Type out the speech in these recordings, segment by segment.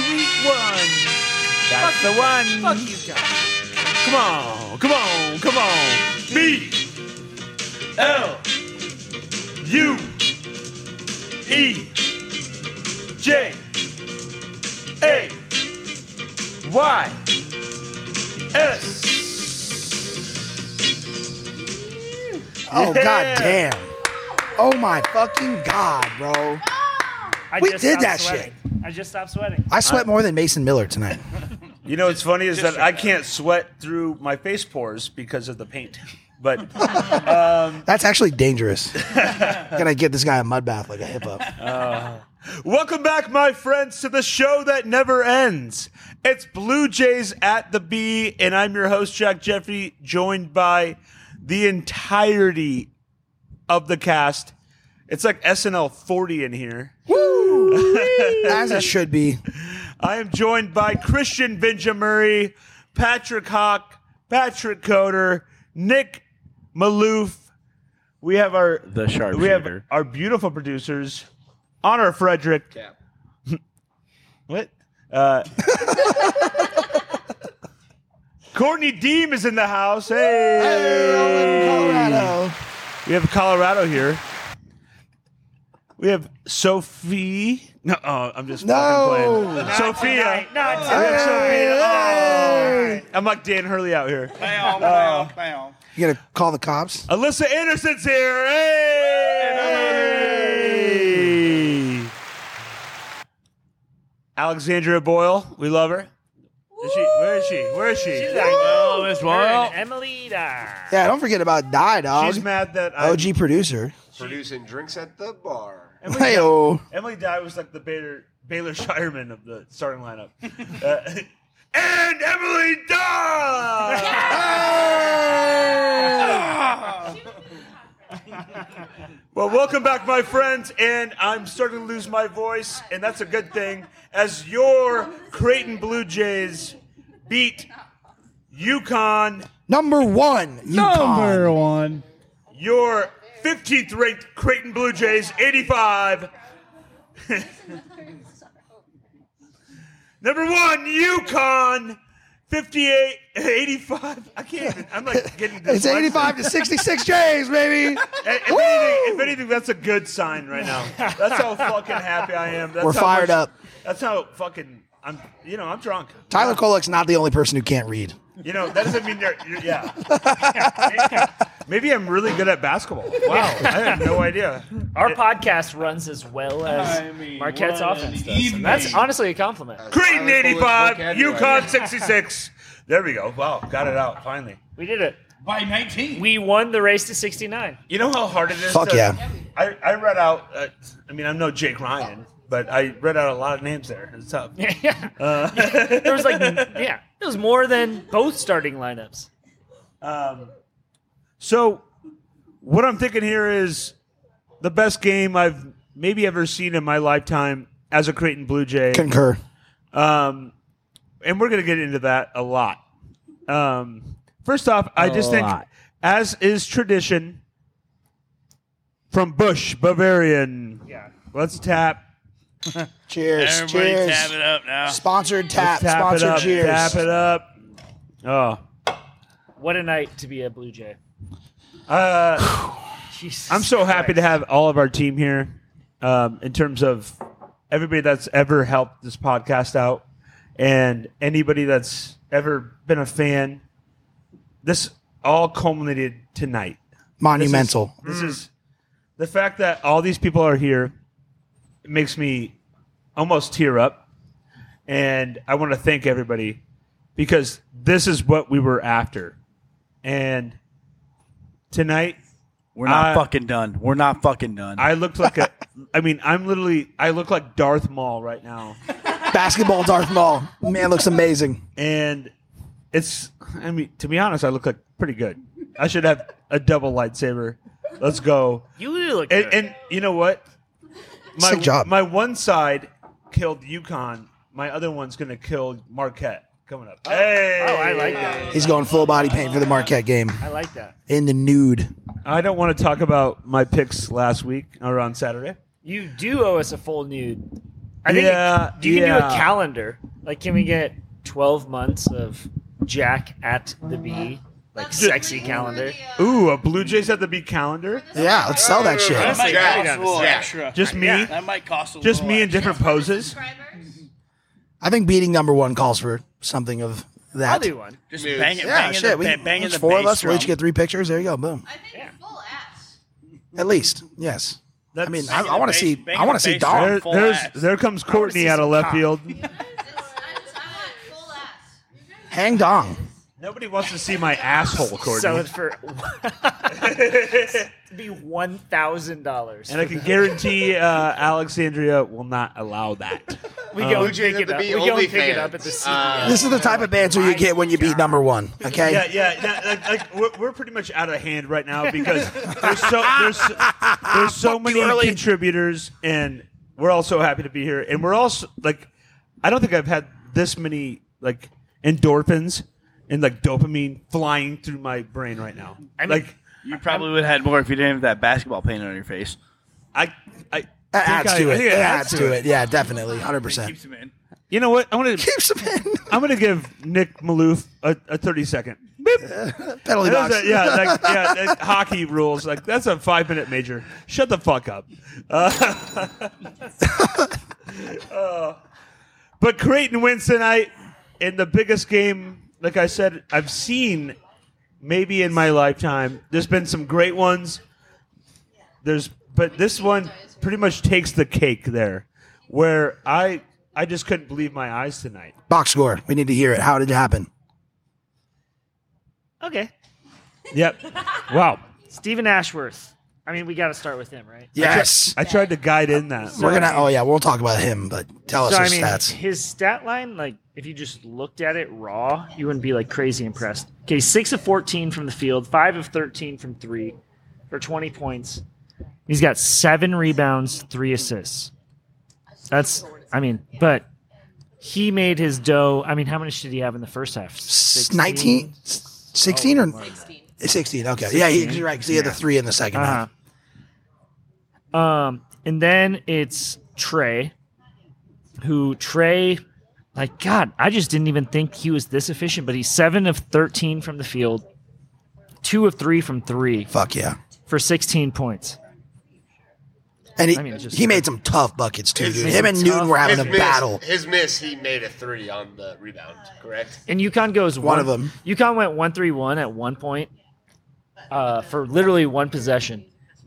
one. That's the one. Fuck you guys. Come on, come on, come on. B L U E J A Y S. Oh Yeah. god damn. Oh my fucking god, bro. I We just did stopped that sweating. I just stopped sweating. I sweat more than Mason Miller tonight. You know what's funny is that I can't sweat through my face pores because of the paint. But That's actually dangerous. Gotta get this guy a mud bath like a hip hop. Welcome back, my friends, to the show that never ends. It's Blue Jays at the B, and I'm your host, Jack Jeffrey, joined by the entirety of the cast. It's like SNL 40 in here. As it should be. I am joined by Christian Benjamuri, Patrick Hawk, Patrick Coder, Nick Maloof. We have our The sharpshooter. we have our beautiful producers, Honor Frederick. what? Uh, Courtney Deem is in the house. Hey, Colorado. we have Colorado here. We have Sophie. No, oh, I'm just No. fucking playing. Not Sophia. tonight, Not We tonight. have Sophia. Hey. Oh. I'm like Dan Hurley out here. Oh. Bam, bam, bam. You gotta call the cops. Alyssa Anderson's here. Hey! Alexandria Boyle, we love her. Is she, where is she? Where is she? She's She's, like, no, Miss Well- Emily. da. Yeah, don't forget about Die Dog. mad that I, OG producer. Producing drinks at the bar. Hey oh. Emily Dye was like the Baylor, Baylor Shireman of the starting lineup. Uh, and Emily Dye! well, welcome back, my friends, and I'm starting to lose my voice, and that's a good thing, as your Creighton Blue Jays beat UConn, Number one. UConn. Number one. your 15th ranked Creighton Blue Jays, 85. Number one, UConn, 58, 85. I can't even, I'm like getting this. It's 85 to 66 Jays, baby. If anything, if anything, that's a good sign right now. That's how fucking happy I am. That's We're how fired much- up. That's how fucking, I'm, you know, I'm drunk. Tyler Kolek's not the only person who can't read. You know, that doesn't mean they're, you're, yeah. Maybe I'm really good at basketball. Wow, I had no idea. Our podcast runs as well as Marquette's offense does. and that's honestly a compliment. Creighton Tyler Cole's 85, vocabulary. UConn 66. There we go. Wow, got it out finally. We did it. By 19. We won the race to 69. You know how hard it is. Fuck to- yeah. I, I read out. Uh, I mean, I'm no Jake Ryan, but I read out a lot of names there. It's tough. yeah. there was like, yeah, it was more than both starting lineups. So, what I'm thinking here is the best game I've maybe ever seen in my lifetime as a Creighton Blue Jay. Concur. Um, and we're going to get into that a lot. Um, first off, I just think, lot. as is tradition, from Bush Bavarian, Yeah. let's tap. Cheers. Everybody cheers. tab it up now. Sponsored tap. tap Sponsored it up, cheers. Tap it up. Oh, What a night to be a Blue Jay. uh, Jesus I'm so happy to Christ. have all of our team here. Um, in terms of everybody that's ever helped this podcast out, and anybody that's ever been a fan, this all culminated tonight. This is- Monumental. This is, the fact that all these people are here it makes me almost tear up, and I want to thank everybody because this is what we were after, and tonight We're not I- fucking done. We're not fucking done. I looked like a. I mean, I'm literally. I look like Darth Maul right now, Basketball Darth Maul. Man looks amazing. and it's. I mean, to be honest, I look like pretty good. I should have a double lightsaber. Let's go. You do look And, good. and you know what? My, Sick job. My one side killed Yukon. My other one's going to kill Marquette coming up. Hey, oh, I like that. He's going full body paint for the Marquette game I like that. in the nude. I don't want to talk about my picks last week or on Saturday. You do owe us a full nude. I think Yeah, you, you can do a yeah. calendar. Like, can we get 12 months of Jack at the Bee? Like, sexy calendar. Ooh, a Blue Jays at the Beat calendar. Yeah, let's sell that shit. That might Yeah. cost a little Yeah. extra. Just me? That might cost a Just little me in extra. different poses. I think beating number one calls for something of that. I'll do one. Just Bang it, Yeah, bang shit. it, we, bang, bang it's the four of bass us. We each drum. get three pictures. There you go. Boom. I think Yeah. full ass. At least, yes. That's, I mean, I, Banging I want the to see. bass- I want to see banging the bass there, dog. drum. full there's, ass. there comes Courtney out of left field. It's- I just- I want full ass. You guys- Hang dong. Nobody wants to see my asshole, Courtney. Sell it for It'd be one thousand dollars. and I can guarantee uh, Alexandria will not allow that. we go um, Blue and Jays at pick it the up. Bee We go and pick it OnlyFans. up at the CBS. Uh, This is the type of banter you get when you beat number one. Okay. Yeah, yeah, yeah like, like we're, we're pretty much out of hand right now because there's so there's there's so many contributors, and we're all so happy to be here, and we're also like, I don't think I've had this many like endorphins and like dopamine flying through my brain right now. mean- like You probably would have had more if you didn't have that basketball paint on your face. I, I That think adds I- to I it. think That adds to it. Yeah, definitely. 100%. Keeps him in. You know what? I want to Keeps him in. I'm gonna give Nick Maloof a, a 30 second. Beep. Penalty That box. was a- yeah, like, yeah, that- hockey rules. Like that's a five minute major. Shut the fuck up. Uh, uh, but Creighton wins tonight in the biggest game. Like I said, I've seen maybe in my lifetime. There's been some great ones. There's, but this one pretty much takes the cake there, where I I just couldn't believe my eyes tonight. Box score. We need to hear it. How did it happen? okay, Yep. Wow. Stephen Ashworth. I mean, we got to start with him, right? Yes. I tried to guide in that. We're going to, oh, yeah, we'll talk about him, but tell us So I his mean, stats. his stat line, like if you just looked at it raw, you wouldn't be like crazy impressed. Okay, six of fourteen from the field, five of thirteen from three, for twenty points. He's got seven rebounds, three assists. That's, I mean, but he made his dough. I mean, how much did he have in the first half? 16? 19, 16 or 16. Okay. Yeah, he- you're right. Because he had the three in the second half. Uh-huh. Um, and then it's Trey, who Trey, like God, I just didn't even think he was this efficient. But he's seven of thirteen from the field, two of three from three Fuck yeah. for sixteen points. And he, I mean, just- he made some tough buckets, too, dude. It's Him and tough. Newton were having his a miss, battle. his miss, he made a three on the rebound, correct? And UConn goes One one, of them. UConn went one three one at one point, uh, for literally one possession.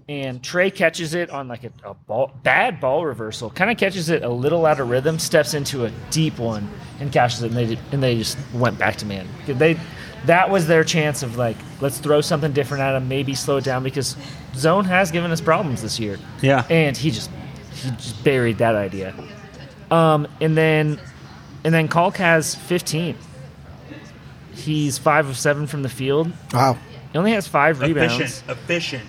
And Trey catches it on like a, a ball, bad ball reversal. Kind of catches it a little out of rhythm, steps into a deep one, and catches it. And they did- and they just went back to man. They that was their chance of like let's throw something different at him, maybe slow it down because zone has given us problems this year. Yeah. and he just he just buried that idea. Um, and then and then Kalk has 15. He's five of seven from the field. Wow. He only has five rebounds. Efficient. Efficient.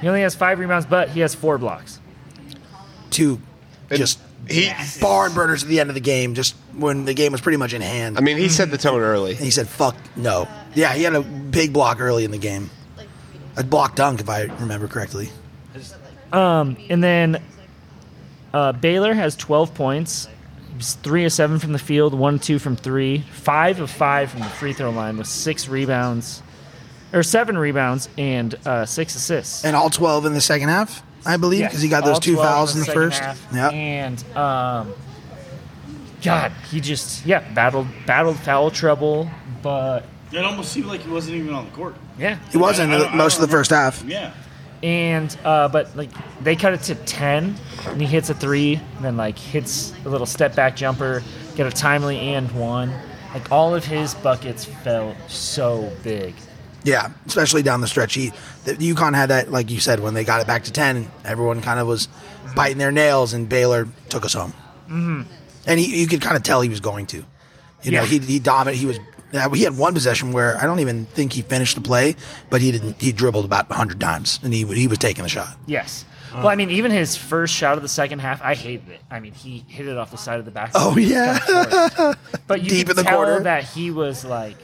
He only has five rebounds, but he has four blocks. Two just He, barn burners at the end of the game, just when the game was pretty much in hand. I mean, he set the tone early. And he said, fuck no. Yeah, he had a big block early in the game. A block dunk, if I remember correctly. Um, and then uh, Baylor has 12 points. He's three of seven from the field, one of two from three, five of five from the free throw line with six rebounds, or seven rebounds and uh, six assists. And all 12 in the second half, I believe, because he got those All two 12 fouls in the second first. half. Yeah. And um, God, he just yeah battled battled foul trouble, but It almost seemed like he wasn't even on the court. yeah, He wasn't I don't- I most of don't the first half. Yeah. and uh, but like they cut it to ten, and he hits a three, and then like hits a little step back jumper, get a timely and one. Like all of his buckets felt so big. Yeah, especially down the stretch. He, the, UConn had that, like you said, when they got it back to 10, everyone kind of was biting their nails, and Baylor took us home. Mm-hmm. And he, you could kind of tell he was going to. You know, Yeah. he, he dominated. He was. yeah, He had one possession where I don't even think he finished the play, but he didn't. He dribbled about 100 times, and he he was taking the shot. Yes. Uh. Well, I mean, even his first shot of the second half, I hated it. I mean, he hit it off the side of the back. Oh, yeah. Kinda forced. but you Deep could in the tell corner. that he was like,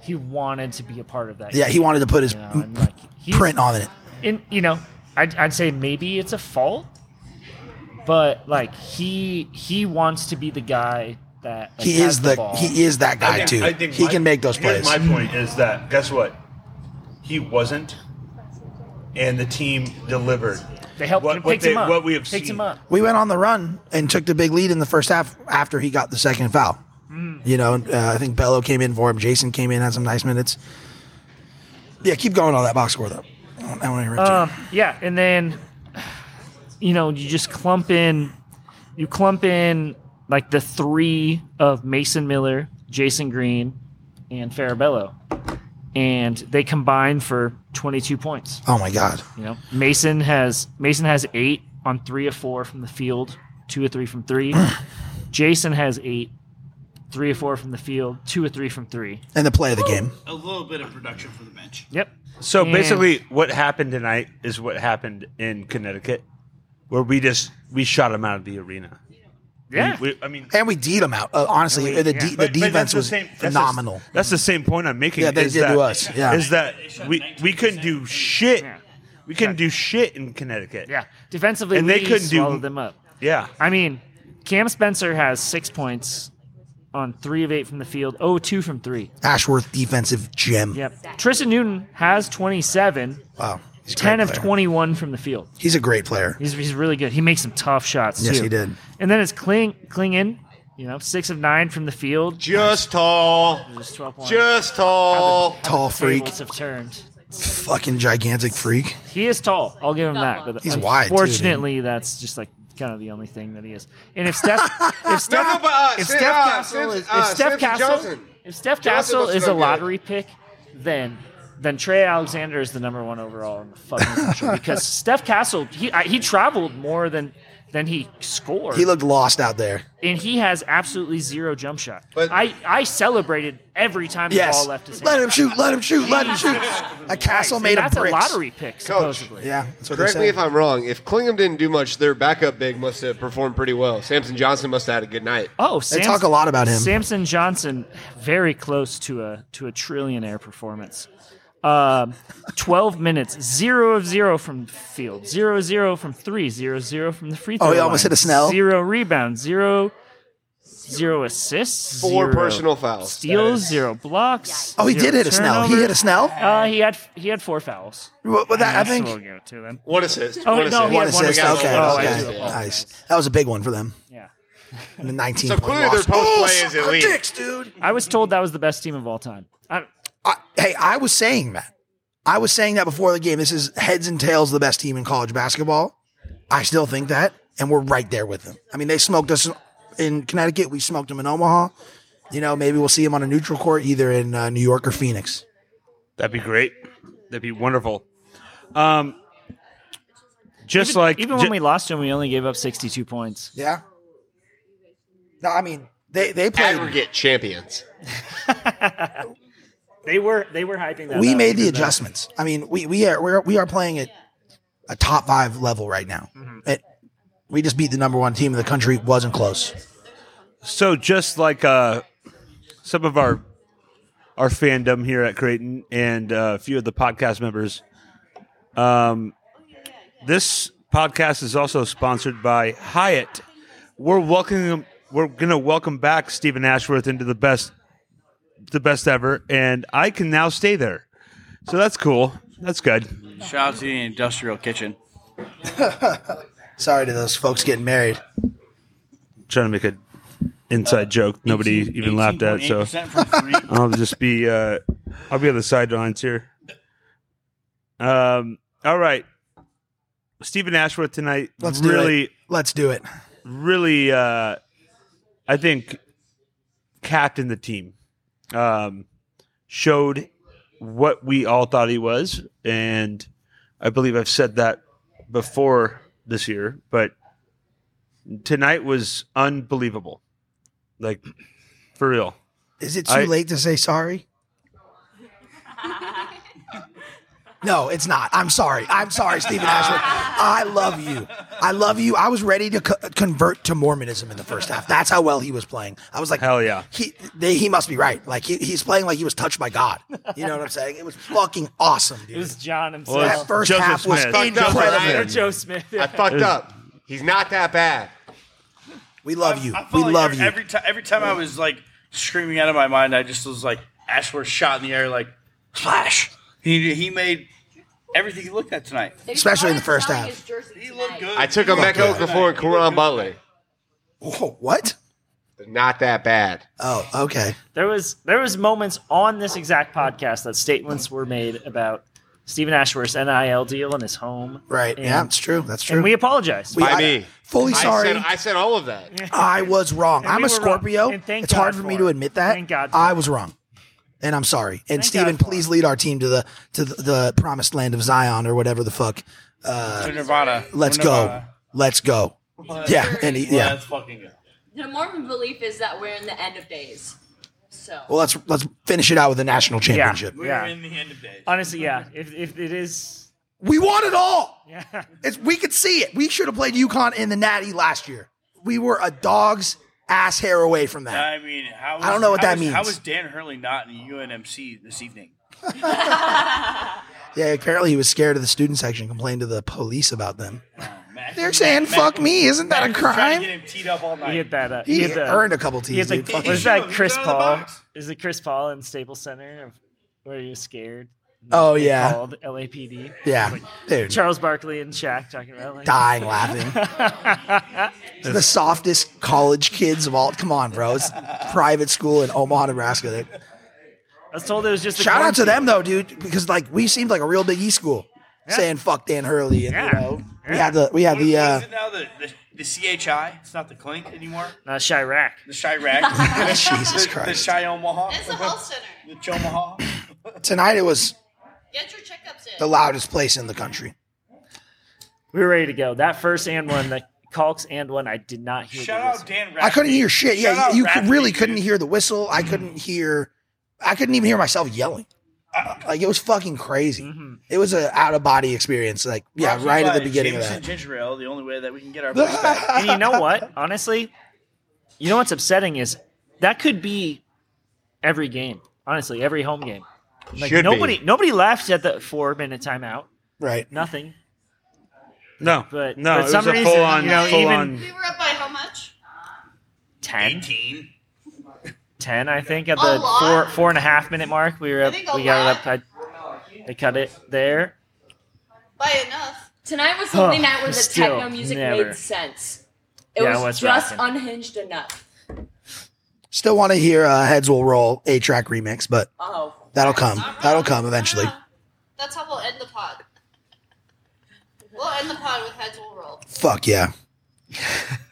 he wanted to be a part of that. Yeah, he game, wanted to put his you know, and like he's- print on it. in you know, I'd, I'd say maybe it's a fault, but like he he wants to be the guy that like, He has is the, ball. he is that guy too. he my- can make those here's plays. My point is that guess what? He wasn't, and the team delivered. They helped What- him, what picked they- him up. what we have picked seen. him up. we went on the run and took the big lead in the first half after he got the second foul. Mm. You know, uh, I think Bello came in for him. Jason came in, had some nice minutes. Yeah, keep going on that box score though. I don't- I don't wanna interrupt Um, yeah, and then you know you just clump in, you clump in like the three of Mason Miller, Jason Green, and Farabello, and they combine for 22 points. you. Oh my god, You know, Mason has Mason has eight on three of four from the field, two or three from three. Jason has eight, three or four from the field, two or three from three. and the play of the game. A little bit of production from the bench. Yep. So And- basically, what happened tonight is what happened in Connecticut, where we just we shot him out of the arena. Yeah. We- I mean, And we D'd him out. Uh, honestly, And we- the, yeah. de- the but- but that's defense the was same- that's the- phenomenal. That's the, same point I'm making. Yeah, they is did that, to us, yeah. is that we we couldn't do shit. Yeah. We couldn't do shit in Connecticut. yeah. Defensively, And we they couldn't do- swallowed them up. yeah. I mean, Cam Spencer has six points on three of eight from the field, oh two from three. Ashworth defensive gem. Yep. Tristan Newton has 27, Wow, he's a great 10 of player. 21 from the field. He's a great player. He's, he's really good. He makes some tough shots, Yes, too. he did. And then it's Kling, Klingen, you know, six of nine from the field. Just tall. Just 12 points. Just tall. Tall freak, Tables have turned. fucking gigantic freak. He is tall. I'll give him that. But He's wide, too, dude. unfortunately, that's just like kind of the only thing that he is. And if Steph, if Steph, no, but, uh, if Sid- Steph uh, Castle Sid- is, if uh, Steph Sid Castle, Johnson. if Steph Johnson Castle must have is a done good. lottery pick, then then Trey Alexander is the number one overall in the fucking country because Steph Castle he I, he traveled more than than he scored, He looked lost out there. and he has absolutely zero jump shot. But- I I celebrated every time the Yes, ball left his hand. let him shoot. Let him shoot. Let him shoot. A castle And made of that's a bricks. lottery pick, supposedly. Yeah, that's what Correct they me say. if I'm wrong. If Klingham didn't do much, their backup big must have performed pretty well. Samson Johnson must have had a good night. Oh, They Samson, talk a lot about him. Samson Johnson, very close to a to a trillionaire performance. Um, Twelve minutes, zero of zero from field, zero of zero from three, zero of zero from the free throw. Oh, he almost line, hit a snell. Zero rebounds, zero zero assists, Four zero personal fouls. steals, zero blocks. oh, he zero did hit a snell. He hit a turnovers. snell. Uh, he had he had four fouls. Well, well, that, I That's think what we'll give it to him. One assist. Oh, one no, assist. he one had one assist. assist. Okay, Oh, I okay, do apologize. nice. That was a big one for them. Yeah, And a 19 So point clearly their loss. post Oh, play is suck our elite. dicks, dude. I was told that was the best team of all time. I, I, hey, I was saying that. I was saying that before the game. This is heads and tails the best team in college basketball. I still think that, and we're right there with them. I mean, they smoked us in Connecticut. We smoked them in Omaha. You know, maybe we'll see them on a neutral court, either in uh, New York or Phoenix. That'd be great. That'd be wonderful. Um, just even, like even when we lost to him, we only gave up sixty-two points. Yeah. No, I mean they they played. Aggregate champions. They were they were hyping that. we up. made the adjustments. I mean, we we are we're, we are playing at a top five level right now. It, we just beat the number one team in the country. wasn't close. so just like uh, some of our our fandom here at Creighton and uh, a few of the podcast members. Um, this podcast is also sponsored by Hyatt. We're welcoming we're gonna welcome back Stephen Ashworth into the best the best ever, and I can now stay there. So that's cool. That's good. Shout out to the industrial kitchen. Sorry to those folks getting married. trying to make an inside joke. Nobody even laughed at. So 18.8% from three. I'll just be uh, I'll be on the sidelines here. Um. All right. Stephen Ashworth tonight Let's do really, it. Let's do it. really, uh, I think, captained the team. Um, showed what we all thought he was, and I believe I've said that before this year, but tonight was unbelievable. Like, for real. Is it too I- late to say sorry? No, it's not. I'm sorry. I'm sorry, Stephen Ashworth. I love you. I love you. I was ready to co- convert to Mormonism in the first half. That's how well he was playing. I was like, Hell yeah. He they, he must be right. Like he, he's playing like he was touched by God. You know what I'm saying? It was fucking awesome, It dude. was John himself. Well, that it's first Joseph half was Smith. Fucked up, incredible. Ryan. Joe Smith. I fucked up. He's not that bad. We love you. I felt We like love every, you. Every time, every time I was like screaming out of my mind, I just was like Ashworth shot in the air, like splash. He he made everything he looked at tonight. Especially in the first half. He looked good. I took him back out before and Karan Butler. Whoa, what? Not that bad. Oh, okay. There was there was moments on this exact podcast that statements were made about Stephen Ashworth's NIL deal and his home. Right. And, yeah, it's true. That's true. and we apologize. We- By I- me. Fully sorry. I I, said, I said all of that. was wrong. and I'm a we were wrong. Scorpio. And thank It's God hard for for me it. to admit that. Thank God for I it. was wrong. And I'm sorry. And God Steven, for please it. lead our team to the to the, the promised land of Zion or whatever the fuck. To Nirvana. Let's go. Nirvana. Let's go. Yeah. And he, yeah. Let's fucking go. The Mormon belief is that we're in the end of days. So Well, let's let's finish it out with the national yeah, championship. We're yeah. in the end of days. Honestly, yeah. If if it is, We want it all. yeah. It's, we could see it. We should have played UConn in the Natty last year. We were a dog's ass hair away from that. I mean, how was, I don't know what how that was- means. How was Dan Hurley not in the UNMC this evening? Yeah, apparently he was scared of the student section, complained to the police about them. Oh, Matt- They're saying, Matt- "Fuck me!" Isn't that a Matt was trying to crime? Get him teed up all night. He had that. Uh, He had the- earned a couple He teams. had dude. like, Fuck was it. that Chris Get out of the Paul? box. Is it Chris Paul in Staples Center? Of, where he was scared? Oh They yeah, Called LAPD. yeah, dude, Charles Barkley and Shaq talking about like. dying laughing. the softest college kids of all. Come on, bro. It's private school in Omaha, Nebraska. They- I was told it was just. a Shout out to cornfield. them though, dude, because like we seemed like a real Big E school, saying "fuck Dan Hurley," and Yeah. you know we had the we had the. What Uh, is it now the, the, the CHI? It's not the Clink anymore. Not Chirac. The Chirac. Jesus the, the Christ! Chi Omaha. it's the health center. The Chomaha. Tonight it was Get your checkups in. the loudest place in the country. We were ready to go. That first and one, the Calks and one, I did not hear. Shout the out whistle. Dan Rafferty. I couldn't hear shit. Shout Yeah, out you, you could- Rafferty, really dude. Mm-hmm. couldn't hear the whistle. I couldn't hear. I couldn't even hear myself yelling. Uh, Like it was fucking crazy. mm-hmm. It was an out of body experience. Like yeah, Brought to you right at by the beginning Jameson of Ginger Ale, the only way that we can get our place back. that. And you know what? Honestly, you know what's upsetting is that could be every game. Honestly, every home game. Like Should be. nobody, nobody laughed at the four minute timeout. right. Nothing. No, But- no, but it some was a reason, full on, you know, full even- on. we were up by how much? 10, 18. 10 I think, at A the lot. four four and a half minute mark. We were up. think a We got it up. lot. I, they cut it there. By enough. Tonight was the only Huh, night where the still techno music never. made sense. It Yeah, it was was just rocking. unhinged enough. Still want to hear uh, heads will roll a track remix, but Oh, that'll come. That'll come eventually. Yeah. That's how we'll end the pod. We'll end the pod with heads will roll. Fuck yeah.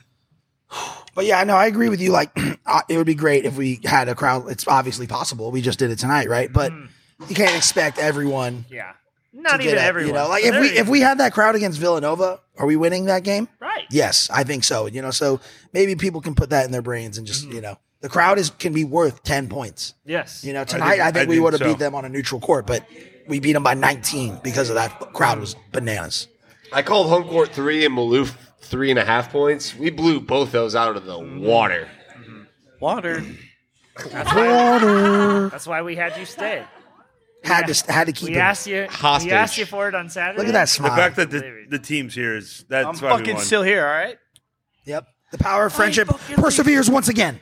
but yeah, no, I agree with you. Like, uh, it would be great if we had a crowd. It's obviously possible. We just did it tonight, right? But Mm-hmm. you can't expect everyone Yeah. to Not get even it, everyone. You know, like So if we there you if we had that crowd against Villanova, are we winning that game? go. right. Yes, I think so. You know, so maybe people can put that in their brains and just you know, the crowd is can be worth ten points. Yes. You know, tonight I I think, we think would have so. beat them on a neutral court, but we beat them by 19 because of that crowd was bananas. I called home court three and Maloof three and a half points. We blew both those out of the water. Water. That's why we had you stay. Had to had to keep We it. asked you. Hostage. We asked you for it on Saturday. Look at that The smile. fact that the, the team's here is that's I'm why we fucking won. still here, all right? Yep. The power of friendship perseveres once again.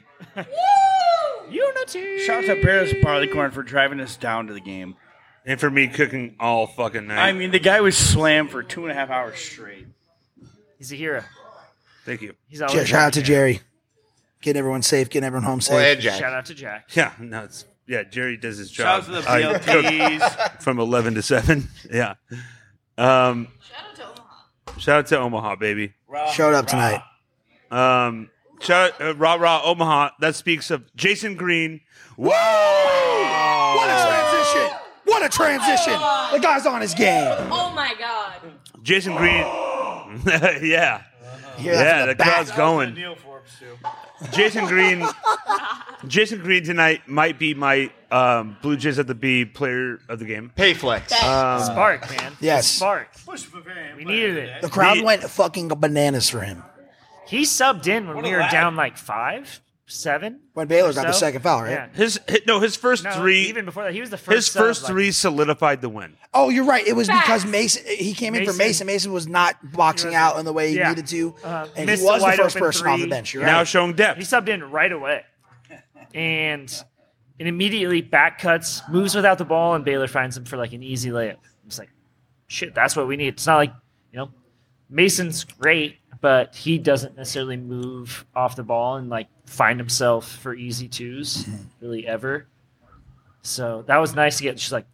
Unity. Shout out to Barris Barleycorn for driving us down to the game. and for me cooking all fucking night. I mean, the guy was slammed for two and a half hours straight. He's a hero. Thank you. He's always. Shout a out to Jerry. Getting everyone safe, getting everyone home Well, safe. and hero. Jack. Shout out to Jack. Yeah, no, it's yeah. Jerry does his Shout job. out to the I cook BLTs. from eleven to seven. Yeah. Um, Shout out to Omaha. shout out to Omaha, baby. Showed up tonight. Um, shout out, uh, rah rah Omaha. That speaks of Jason Green. Whoa! What Oh. a transition! What a transition! The guy's on his game. oh my God! Jason Green. yeah, Hear that yeah. from The back. crowd's going. Neil Forbes, too. Jason Green, Jason Green tonight might be my um, Blue Jays at the B player of the game. Payflex. Spark, man. Uh, yes. Spark. Push Bavarian. We needed it. The crowd The- went fucking bananas for him. He subbed in when What we a were lad. down like five. seven. When Baylor got or the so. second foul, right? Yeah. His hi- no, his first No, three. even before that, he was the first. his sub, first like- three solidified the win. Oh, you're right. It was because Facts. Mason he came in for Mason- Mason. Mason was not boxing He was- out in the way he yeah. needed to, Uh, and missed he a was the wide first open person off the three. bench. You're Now right. showing He depth. subbed in right away, and it immediately back cuts, moves without the ball, and Baylor finds him for like an easy layup. It's like, shit, that's what we need. It's not like you know, Mason's great, but he doesn't necessarily move off the ball and like find himself for easy twos really ever. So that was nice to get. She's like.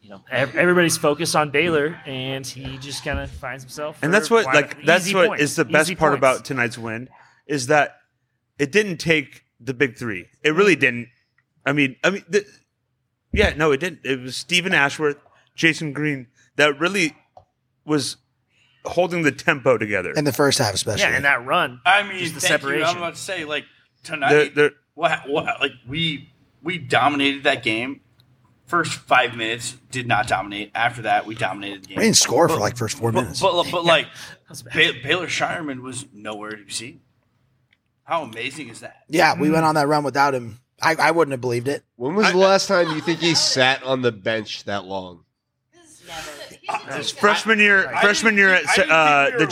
You know, ev- everybody's focused on Baylor, and he just kind of finds himself. and for that's what wide- like that's easy what is points, the best easy part points. about tonight's win is that it didn't take the big three. It really Mm-hmm. didn't. I mean, I mean, the, yeah, no, it didn't. It was Stephen Ashworth, Jason Green that really was holding the tempo together. in the first half, especially. yeah, and that run. I mean, Just the thank you. separation. I'm about to say, like They're- tonight, they're- what, what, like we we dominated that game. First five minutes did not dominate. After that, we dominated the game. we didn't score for like first four But minutes. but, but like That's bad. ba- Baylor Shireman was nowhere to be seen. How amazing is that? yeah, Hmm. we went on that run without him. I, I wouldn't have believed it. When was the last time you think he sat on the bench that long? This is never. It's freshman year, I freshman didn't year think- I at didn't think we uh, were the winning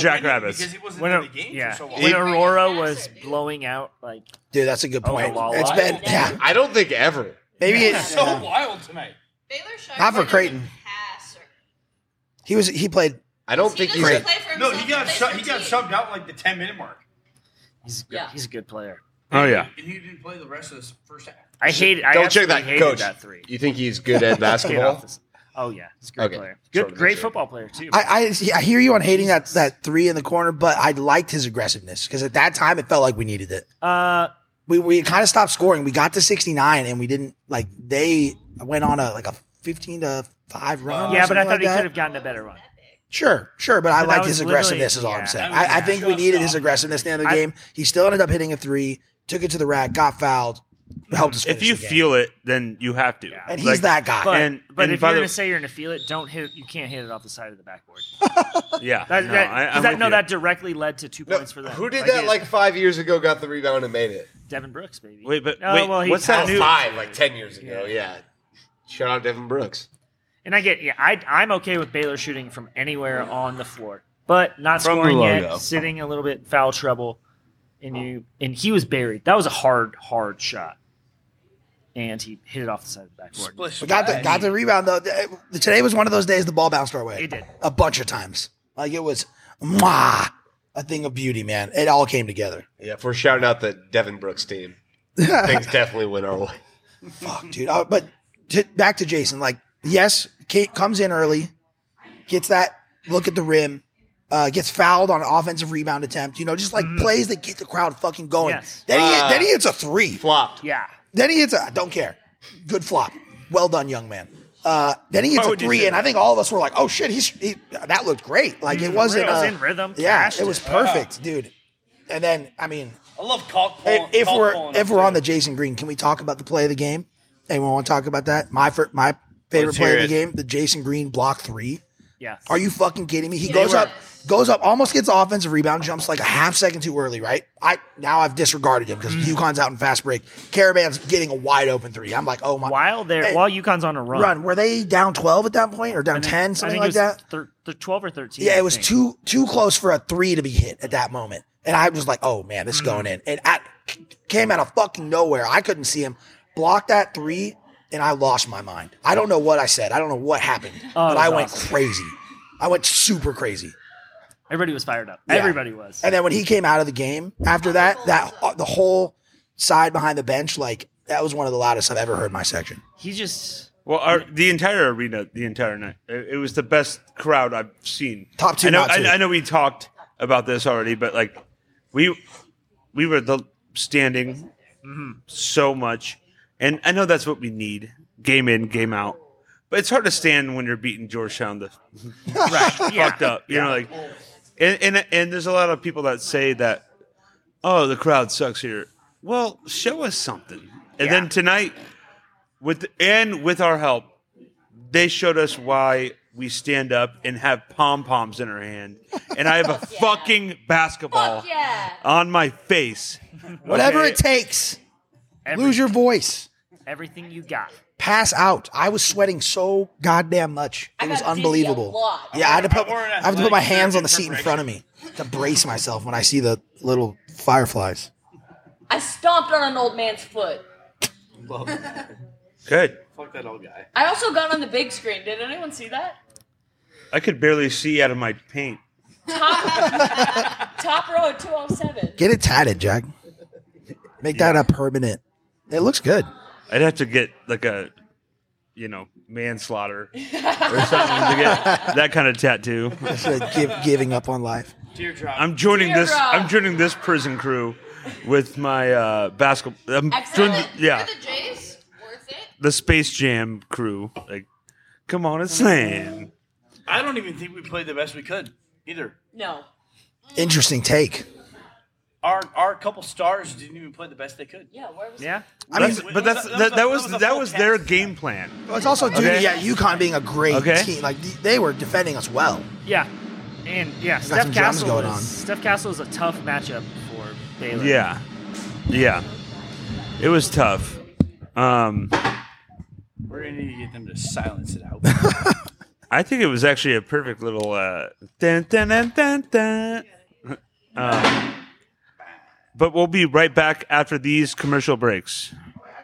Jackrabbits. because he wasn't when, in Ar- the game yeah. for so long. when He- Aurora was blowing out, like Dude, that's a good Oh, point. la, la. It's been yeah. I don't think ever. Maybe it's uh, so wild tonight. Baylor Sharp Not for wasn't a Creighton. passer. he was he played I don't He think doesn't he's. Great. play for No, himself. he got plays sho- for he got team. shoved out like the ten minute mark. he's a good, Yeah. he's a good player. Oh yeah, and he didn't play the rest of the first half. I hated. I Don't check absolutely that, hated coach. That three. You think he's good at Get off basketball? this- Oh yeah, he's a great Okay. player. Sure, Good, that's great it. football player too. I, I I hear you on hating that, that three in the corner, but I liked his aggressiveness because at that time it felt like we needed it. uh, We we kind of stopped scoring. We got to sixty nine and we didn't like they went on a like a fifteen to five run. or Uh, yeah, but something I thought like he that. could have gotten a better one. Sure, sure, but I But that liked was his aggressiveness. Is all literally- I'm saying. yeah. I, I think we needed his Shut up. aggressiveness at the end of the I- game. He still ended up hitting a three, took it to the rack, got fouled, helped us. if Finish you the game. feel it, then you have to. and he's Like, that guy. But, And- but and if by you're the- gonna say you're gonna feel it, don't hit. You can't hit it off the side of the backboard. Yeah, That, no, that, I, 'cause I'm that- with no, you. that directly led to two points for them. Who did that yeah, like five years ago? Got the rebound and made it. Devin Brooks, baby. Wait, but Oh, wait, well, he what's that passed new? Five, like ten years ago. Yeah. Shout out Devin Brooks. And I get, yeah, I, I'm okay with Baylor shooting from anywhere on the floor, but not From the scoring logo. yet, sitting a little bit in foul trouble, and you and he was buried. That was a hard, hard shot, and he hit it off the side of the backboard. Splish We got the splash. got the rebound though. Th- Today was one of those days the ball bounced our way. It did. a bunch of times. Like it was, mwah, a thing of beauty, man. It all came together. Yeah, if we're shouting out the Devin Brooks team, things definitely went our way. Fuck, dude. Uh, but to, back to Jason. Like, yes, Kate comes in early, gets that look at the rim, uh, gets fouled on an offensive rebound attempt. You know, just like plays that get the crowd fucking going. Mm-hmm. Yes. Then he Ah. then he hits a three. Flopped. Yeah, Then he hits a I don't care. Good flop. Well done, young man. Uh, then he hits Why a would you three, say and I think all of us were like, "Oh shit, he's he, that looked great." Like it wasn't. It was uh, in rhythm, Yeah, cashed it was it. perfect, dude. And then I mean, I love cock if, pulling. if cock we're pulling if up we're on there. the Jason Green, can we talk about the play of the game? Anyone want to talk about that? My fir- my favorite Let's play hear of the it. game, the Jason Green block three. yeah. Are you fucking kidding me? He Yeah, goes they were- up, goes up, almost gets offensive rebound, jumps like a half second too early, right? I now I've disregarded him because Mm. UConn's out in fast break. Caravan's getting a wide open three. I'm like, oh my while there, Hey, while UConn's on a run, run. Were they down twelve at that point or down I think- ten, I something think like it was that? Thir- thir- Twelve or thirteen. Yeah, I it was think. too too close for a three to be hit at that moment, and I was like, "Oh man, this is Mm. going in." And I came out of fucking nowhere. I couldn't see him block that three, and I lost my mind. I don't know what I said. I don't know what happened, but it I was went Oh, awesome. crazy. I went super crazy. Everybody was fired up. Yeah. Everybody was. And then when he came out of the game after that, that the whole side behind the bench, like that was one of the loudest I've ever heard in my section. he just Well, our, the entire arena, the entire night, it, it was the best crowd I've seen. Top two, I know, not two. I, I know we talked about this already, but like we we were the standing so much, and I know that's what we need, game in, game out. But it's hard to stand when you're beating Georgetown the right. Yeah. fucked up. You know, like, and, and and there's a lot of people that say that, oh, the crowd sucks here. Well, show us something. And then tonight, with and with our help, they showed us why we stand up and have pom poms in our hand, and I have a yeah. fucking basketball Fuck yeah. on my face. Whatever Okay. it takes. Every- Lose your voice. everything you got. Pass out. I was sweating so goddamn much. It I was got dizzy a unbelievable. lot. Yeah, I had to put I wore an I have to put my athletic shirt hands on in the seat in front of me to brace myself when I see the little fireflies. I stomped on an old man's foot. Good. Fuck that old guy. I also got on the big screen. Did anyone see that? I could barely see out of my paint. Top row 207. Get it tatted, Jack. Make that a permanent. It looks good. I'd have to get like a, you know, manslaughter or something to get that kind of tattoo. Instead of uh, give, giving up on life. Teardrop. I'm joining this. Zero. I'm joining this prison crew with my uh, basketball. I'm Excellent. joining- yeah, For the Jays, worth it. the Space Jam crew. Like, come on, it's slam. I don't even think we played the best we could either. No. Interesting take. Our our couple stars didn't even play the best they could. Yeah, where was Yeah. I mean, That's- but that's That was a- that, that was that was a that full was their cast. game plan. it's also due Okay. to yeah, UConn being a great Okay. team. Like th- they were defending us well. Yeah. And yeah, got Steph some drums Castle, going is, on. Steph Castle is a tough matchup for Baylor. Yeah, yeah, it was tough. Um, We're gonna need to get them to silence it out. I think it was actually a perfect little uh, dun, dun, dun, dun, dun. Um, but we'll be right back after these commercial breaks.